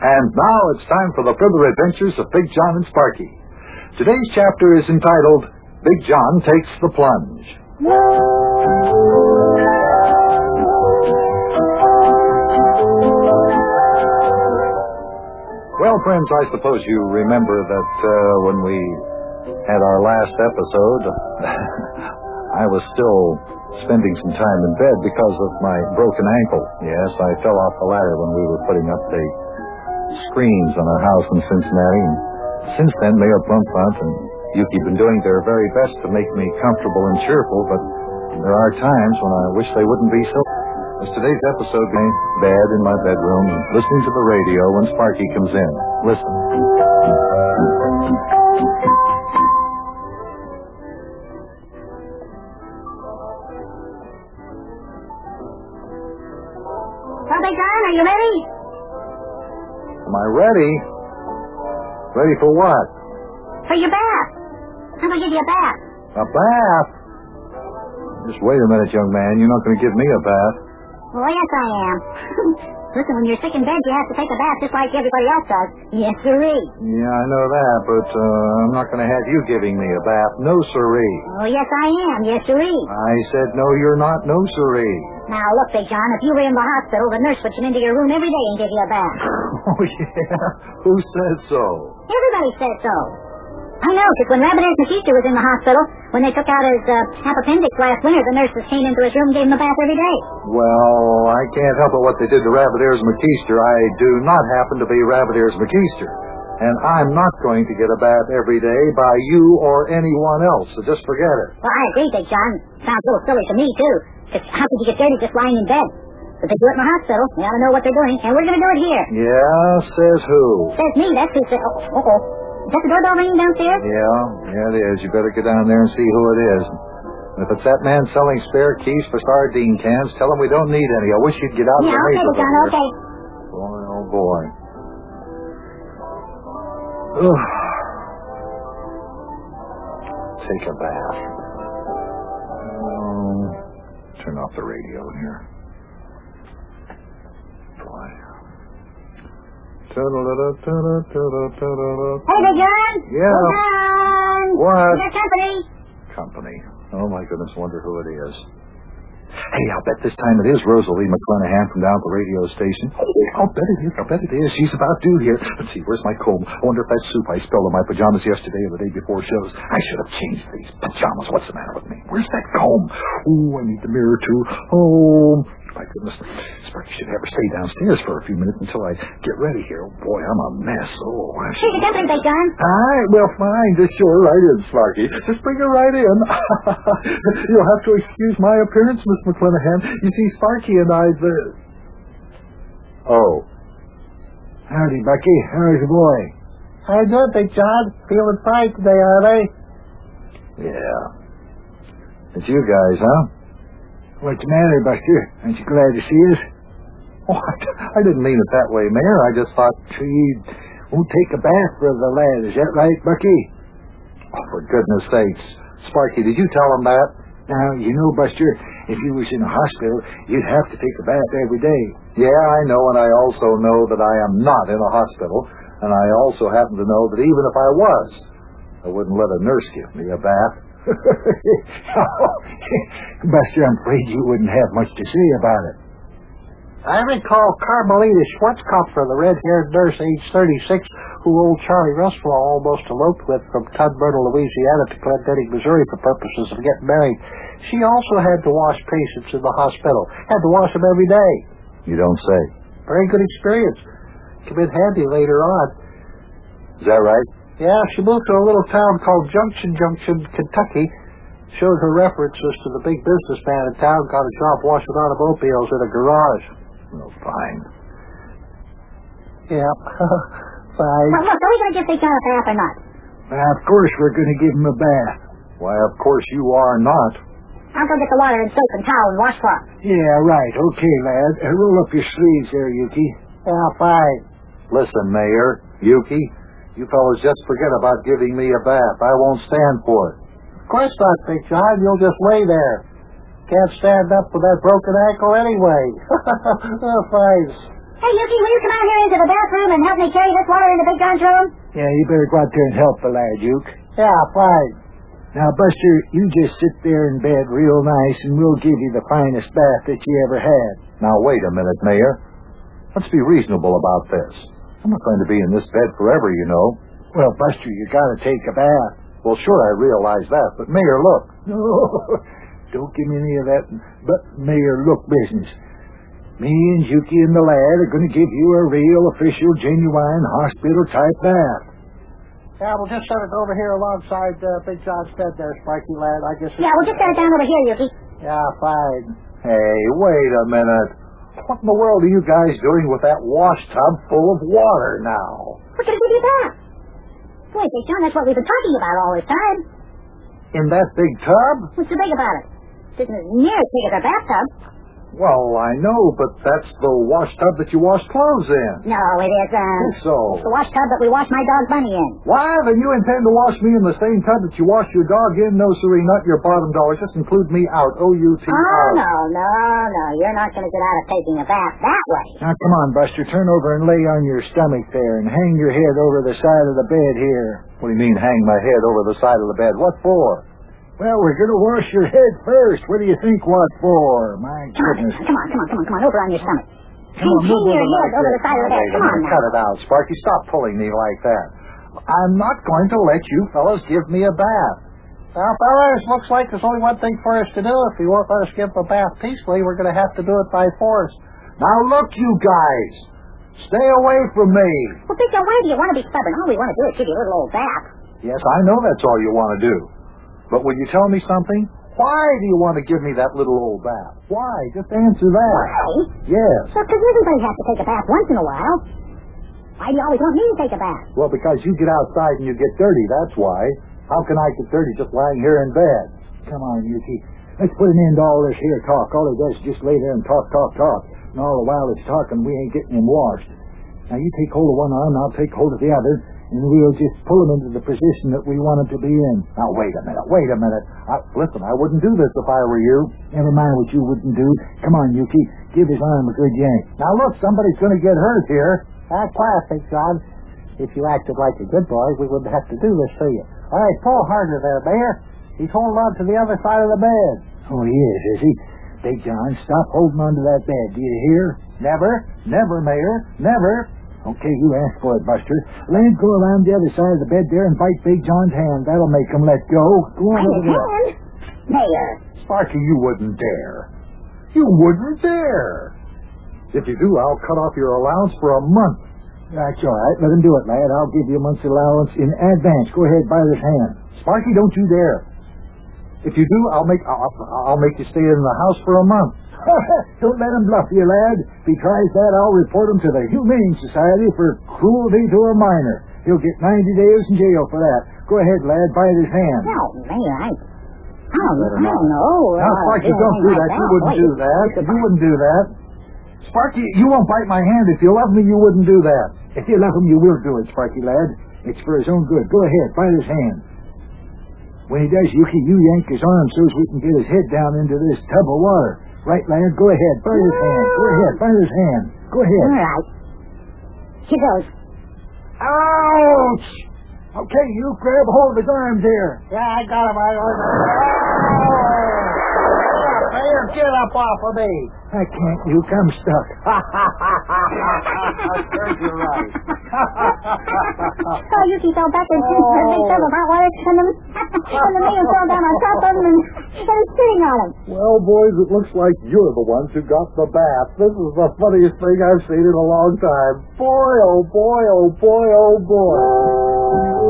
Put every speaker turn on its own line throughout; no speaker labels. And now it's time for the further adventures of Big John and Sparky. Today's chapter is entitled Big John Takes the Plunge. Well, friends, I suppose you remember that uh, when we had our last episode, I was still spending some time in bed because of my broken ankle. Yes, I fell off the ladder when we were putting up the screens on our house in Cincinnati. And since then, Mayor Bluntmont and Yuki have been doing their very best to make me comfortable and cheerful, but there are times when I wish they wouldn't be so. As today's episode, my bed in my bedroom, listening to the radio when Sparky comes in. Listen.
Well, Big John, are you ready?
Am I ready? Ready for what?
For your bath. I'm gonna give you a bath.
A bath? Just wait a minute, young man. You're not going to give me a bath.
Well, yes, I am. Listen, when you're sick in bed, you have to take a bath just like everybody else does. Yes, sirree.
Yeah, I know that, but uh, I'm not going to have you giving me a bath. No, siree.
Oh, yes, I am. Yes, sirree.
I said, no, you're not. No, siree.
Now, look, Big John, if you were in the hospital, the nurse would come into your room every day and give you a bath.
Oh, yeah? Who said so?
Everybody says so. I know, 'cause when Rabbit Ears Matista was in the hospital, when they took out his uh, half appendix last winter, the nurses came into his room and gave him a bath every day.
Well, I can't help it what they did to Rabbit Ears McKeester. I do not happen to be Rabbit Ears McKeester. And I'm not going to get a bath every day by you or anyone else, so just forget it.
Well, I agree, Big John. Sounds a little silly to me, too. 'Cause how could you get dirty just lying in bed? But they do it in the hospital. They ought to know what they're doing, and we're going to do it here.
Yeah, says who?
Says me, that's who said... Oh, uh-oh. Is that the doorbell ringing downstairs?
Yeah, yeah, it is. You better get down there and see who it is. And if it's that man selling spare keys for sardine cans, tell him we don't need any. I wish you'd get out of
yeah,
the way.
okay, Big John, okay.
Boy, oh boy. Ugh. Take a bath. Um, turn off the radio here. Boy. Ta-da-da-da-ta-da-ta-da-ta-da-da.
Hey, Big John.
Yeah.
Big John.
What?
Your company.
Company. Oh my goodness, wonder who it is. Hey, I'll bet this time it is Rosalie McClanahan from down at the radio station. Oh, I'll bet it is. I'll bet it is. She's about due here. Let's see, where's my comb? I wonder if that soup I spilled on my pajamas yesterday or the day before shows. I should have changed these pajamas. What's the matter with me? Where's that comb? Ooh, I need the mirror too. Oh, my goodness. Sparky should have her stay downstairs for a few minutes until I get ready here. Oh, boy, I'm a mess. Oh, I should
Here's your company, Big John.
Aye, well, fine. Just show her right in, Slarky. Just bring her right in. You'll have to excuse my appearance, Miss McClanahan. You see, Sparky and I... The... Oh. Howdy, Bucky. How's the boy?
How you doing, Big John? Feeling fine today, are they?
Yeah. It's you guys, huh? What's the matter, Buster? Aren't you glad to see us? Oh, I didn't mean it that way, Mayor. I just thought you won't take a bath for the lad. Is that right, Bucky? Oh, for goodness sakes. Sparky, did you tell him that? Now, you know, Buster, if you was in a hospital, you'd have to take a bath every day. Yeah, I know, and I also know that I am not in a hospital, and I also happen to know that even if I was, I wouldn't let a nurse give me a bath. Buster, I'm afraid you wouldn't have much to say about it.
I recall Carmelita Schwarzkopfer, the red-haired nurse, age 36, who old Charlie Russell almost eloped with from Tudburn, Louisiana to Glendening, Missouri for purposes of getting married. She also had to wash patients in the hospital. Had to wash them every day.
You don't say.
Very good experience. Come in handy later on.
Is that right?
Yeah, she moved to a little town called Junction Junction, Kentucky. Showed her references to the big businessman in town, got a job washing automobiles in a garage.
Well, fine.
Yeah, fine.
Well, look, are we going to give Big John a bath or not?
of course we're going to give him a bath. Why, of course you are not.
I'll go get the water and soap and towel and washcloth.
Yeah, right. Okay, lad.
Uh,
roll up your sleeves there, Yuki. Yeah, fine.
Listen, Mayor, Yuki, you fellows just forget about giving me a bath. I won't stand for it.
Of course not, Big John. You'll just lay there. Can't stand up with that broken ankle anyway. oh, fine.
Hey, Yuki, will you come out here into the bathroom and help me carry this water into Big John's room?
Yeah, you better go out there and help the lad, Duke.
Yeah, fine.
Now, Buster, you just sit there in bed real nice, and we'll give you the finest bath that you ever had. Now, wait a minute, Mayor. Let's be reasonable about this. I'm not going to be in this bed forever, you know. Well, Buster, you gotta take a bath. Well, sure, I realize that, but Mayor, look. No, don't give me any of that, but Mayor, look business. Me and Yuki and the lad are gonna give you a real, official, genuine hospital-type bath.
Yeah, we'll just set it over here alongside uh, Big John's bed there, Sparky lad. I guess.
Yeah, we'll just set it down over here, Yuki.
Yeah, fine.
Hey, wait a minute. What in the world are you guys doing with that washtub full of water now?
We're going to give you a bath. Boy, Big John, that's what we've been talking about all this time.
In that big tub?
What's so big about it? This isn't near as big as our bathtub.
Well, I know, but that's the washtub that you wash clothes in.
No, it isn't.
So,
It's the wash tub that we wash my dog Bunny in.
why then you intend to wash me in the same tub that you wash your dog in? No, siree, not your bottom dollar. Just include me out. O U T
Oh,
R.
no, no, no. You're not going to get out of taking a bath that way.
Now, come on, Buster. Turn over and lay on your stomach there and hang your head over the side of the bed here. What do you mean, hang my head over the side of the bed? What for? Well, we're going to wash your head first. What do you think what for? My
Come on,
goodness.
come on, come on, come on, come on. Over on your stomach.
Come on, move
Hang- hang your
over
head
like
over
this.
the side of the bed.
Wait a
Come on
minute,
now.
Cut it out, Sparky. Stop pulling me like that. I'm not going to let you fellas give me a bath.
Now, fellas, looks like there's only one thing for us to do. If you won't let us give a bath peacefully, we're going to have to do it by force.
Now look, you guys. Stay away from me.
Well, Big John, why do you want to be stubborn? All we want to do is give you a little old bath.
Yes, I know that's all you want to do. But will you tell me something? Why do you want to give me that little old bath? Why? Just answer that.
Why?
Yes.
Well, because everybody has to take a bath once in a while. Why do you always want me to take a bath?
Well, because you get outside and you get dirty, that's why. How can I get dirty just lying here in bed? Come on, Yuki. Let's put an end to all this here talk. All it does is just lay there and talk, talk, talk. And all the while it's talking, we ain't getting him washed. Now you take hold of one arm, I'll take hold of the other, and we'll just pull him into the position that we want him to be in. Now wait a minute, wait a minute. I, listen, I wouldn't do this if I were you. Never mind what you wouldn't do. Come on, Yuki. Give his arm a good yank. Now look, somebody's going to get hurt here.
That's quiet, Big John. If you acted like a good boy, we wouldn't have to do this to you. All right, pull harder there, Mayor. He's holding on to the other side of the bed.
Oh, he is, is he? Big John, stop holding onto that bed. Do you hear? Never, never, Mayor, never. Okay, you asked for it, Buster. Let him go around the other side of the bed there and bite Big John's hand. That'll make him let go. Go on
Why
over
his
there.
hand? Mayor.
Sparky, you wouldn't dare. You wouldn't dare. If you do, I'll cut off your allowance for a month. That's all right. Let him do it, lad. I'll give you a month's allowance in advance. Go ahead, bite his hand. Sparky, don't you dare. If you do, I'll make I'll, I'll make you stay in the house for a month. don't let him bluff you, lad. If he tries that, I'll report him to the Humane Society for cruelty to a minor. He'll get 90 days in jail for that. Go ahead, lad. Bite his hand.
No, Mayor, I... I don't,
Better
I don't know.
now,
Uh,
Sparky,
doing
don't do that.
anything like
You wouldn't
Boy,
do that. You wouldn't do that. Sparky, you won't bite my hand. If you love me, you wouldn't do that. If you love him, you will do it, Sparky lad. It's for his own good. Go ahead, bite his hand. When he does, Yuki, you yank his arm so as we can get his head down into this tub of water. Right, lad? Go ahead, bite his hand. Go ahead, bite his hand. Go ahead.
All right. Here goes.
Ouch! Okay, you grab hold of his arm there.
Yeah, I got him. I Get up, Mayor. Get up off of me.
I can't, Yuke. I'm stuck.
There's your right.
so Yuki fell backwards into the
Oh.
big tub of hot water, and the, and the mayor fell down on top of him and, and was sitting on him.
Well, boys, it looks like you're the ones who got the bath. This is the funniest thing I've seen in a long time. Boy, oh boy, oh boy, oh boy.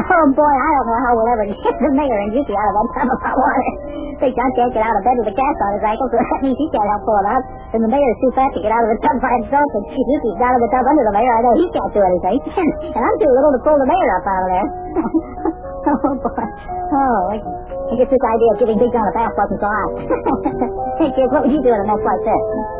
Oh boy, I don't know how we'll ever get the mayor and Yuki out of that tub of hot water. Big John can't get out of bed with a cast on his ankle, so that means he can't help pull him out. And the mayor's too fat to get out of the tub by himself, and Yuki's down in the tub under the mayor. I know he can't do anything. and I'm too little to pull the mayor up out of there. oh boy. Oh, I I guess this idea of giving Big John a bath wasn't so hot. hey kids, what would you do in a mess like this?